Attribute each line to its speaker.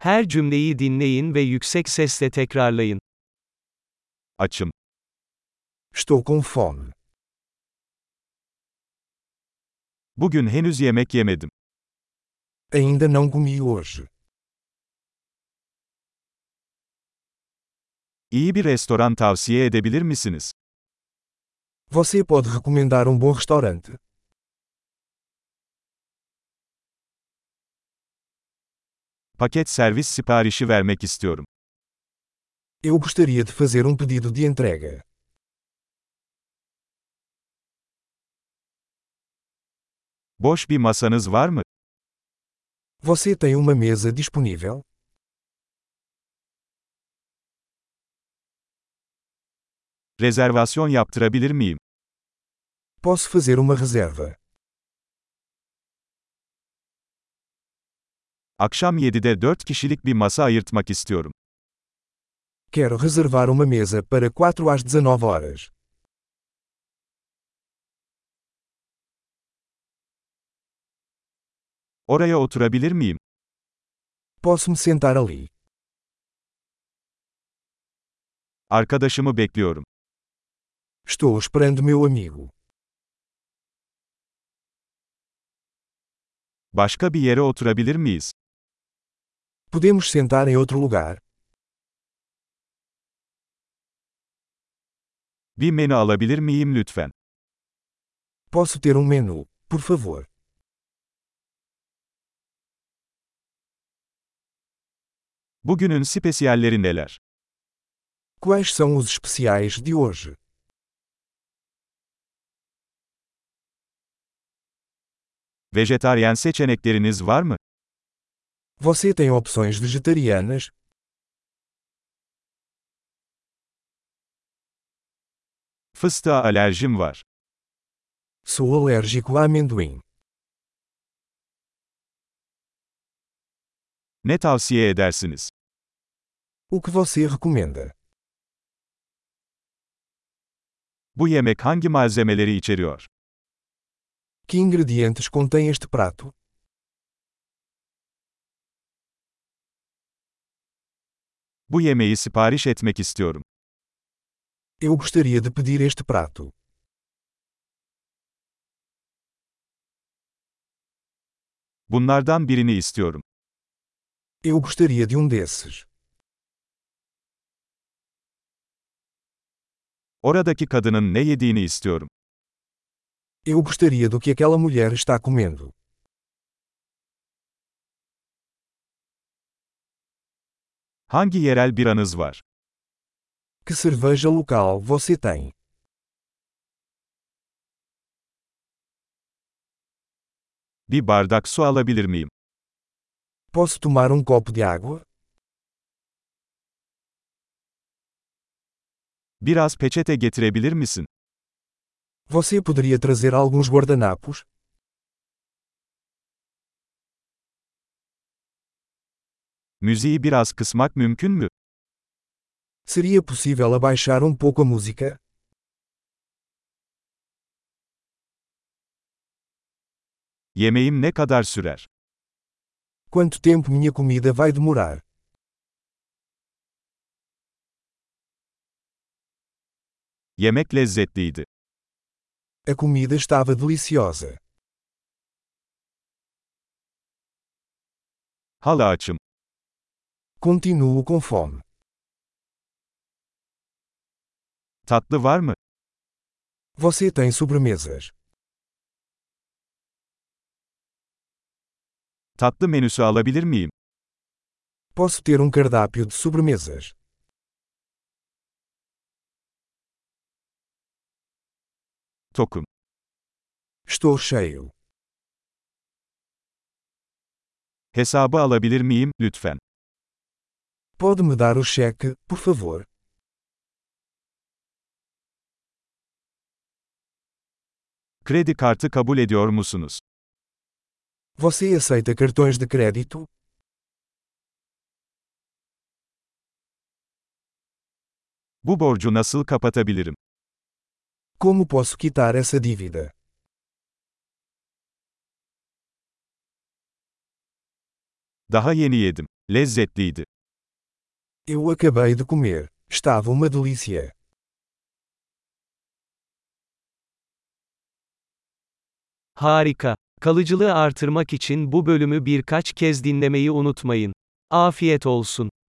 Speaker 1: Her cümleyi dinleyin ve yüksek sesle tekrarlayın.
Speaker 2: Açım.
Speaker 3: Estou com fome.
Speaker 2: Bugün henüz yemek yemedim.
Speaker 3: Ainda não comi hoje.
Speaker 2: İyi bir restoran tavsiye edebilir misiniz?
Speaker 3: Você pode recomendar um bom restaurante?
Speaker 2: Paket servis siparişi vermek istiyorum.
Speaker 3: Eu gostaria de fazer um pedido de entrega.
Speaker 2: Boş bir masanız var mı?
Speaker 3: Você tem uma mesa disponível?
Speaker 2: Rezervasyon yaptırabilir miyim?
Speaker 3: Posso fazer uma reserva.
Speaker 2: Akşam 7'de 4 kişilik bir masa ayırtmak istiyorum.
Speaker 3: Quero reservar uma mesa para 4 às 19 horas.
Speaker 2: Oraya oturabilir miyim?
Speaker 3: Posso me sentar ali?
Speaker 2: Arkadaşımı bekliyorum.
Speaker 3: Estou esperando meu amigo.
Speaker 2: Başka bir yere oturabilir miyiz?
Speaker 3: Podemos sentar em outro lugar?
Speaker 2: Bir menü alabilir miyim lütfen?
Speaker 3: Posso ter um menu, por favor?
Speaker 2: Bugünün spesiyalleri neler?
Speaker 3: Quais são os especiais de hoje?
Speaker 2: Vejetaryen seçenekleriniz var mı?
Speaker 3: Você tem opções vegetarianas?
Speaker 2: Fıstığa alerjim var.
Speaker 3: Sou alérgico a amendoim.
Speaker 2: Ne tavsiye edersiniz?
Speaker 3: O que você recomenda?
Speaker 2: Bu yemek hangi malzemeleri içeriyor?
Speaker 3: Que ingredientes contém este prato?
Speaker 2: Bu yemeği sipariş etmek istiyorum.
Speaker 3: Eu gostaria de pedir este prato.
Speaker 2: Bunlardan birini istiyorum.
Speaker 3: Eu gostaria de um desses.
Speaker 2: Oradaki kadının ne yediğini istiyorum.
Speaker 3: Eu gostaria do que aquela mulher está comendo.
Speaker 2: Hangi yerel biranız var?
Speaker 3: Que cerveja local você tem?
Speaker 2: Bir bardak su alabilir miyim?
Speaker 3: Posso tomar um copo de água?
Speaker 2: Biraz peçete getirebilir misin?
Speaker 3: Você poderia trazer alguns guardanapos?
Speaker 2: Müziği biraz kısmak mümkün mü?
Speaker 3: Seria possível abaixar um pouco a música?
Speaker 2: Yemeğim ne kadar sürer?
Speaker 3: Quanto tempo minha comida vai demorar?
Speaker 2: Yemek lezzetliydi.
Speaker 3: A comida estava deliciosa.
Speaker 2: Hala açım.
Speaker 3: Continuo com fome.
Speaker 2: Tatlı var mı?
Speaker 3: Você tem sobremesas?
Speaker 2: Tatlı menüsü alabilir miyim?
Speaker 3: Posso ter um cardápio de sobremesas?
Speaker 2: Tokum.
Speaker 3: Estou cheio.
Speaker 2: Hesabı alabilir miyim, lütfen?
Speaker 3: Pode me dar o cheque, por favor?
Speaker 2: Kredi kartı kabul ediyor musunuz?
Speaker 3: Você aceita cartões de crédito?
Speaker 2: Bu borcu nasıl kapatabilirim?
Speaker 3: Como posso quitar essa dívida?
Speaker 2: Daha yeni yedim. Lezzetliydi.
Speaker 4: Eu acabei de comer. Estava uma delícia.
Speaker 3: Harika. Kalıcılığı artırmak için bu bölümü birkaç kez dinlemeyi unutmayın. Afiyet olsun.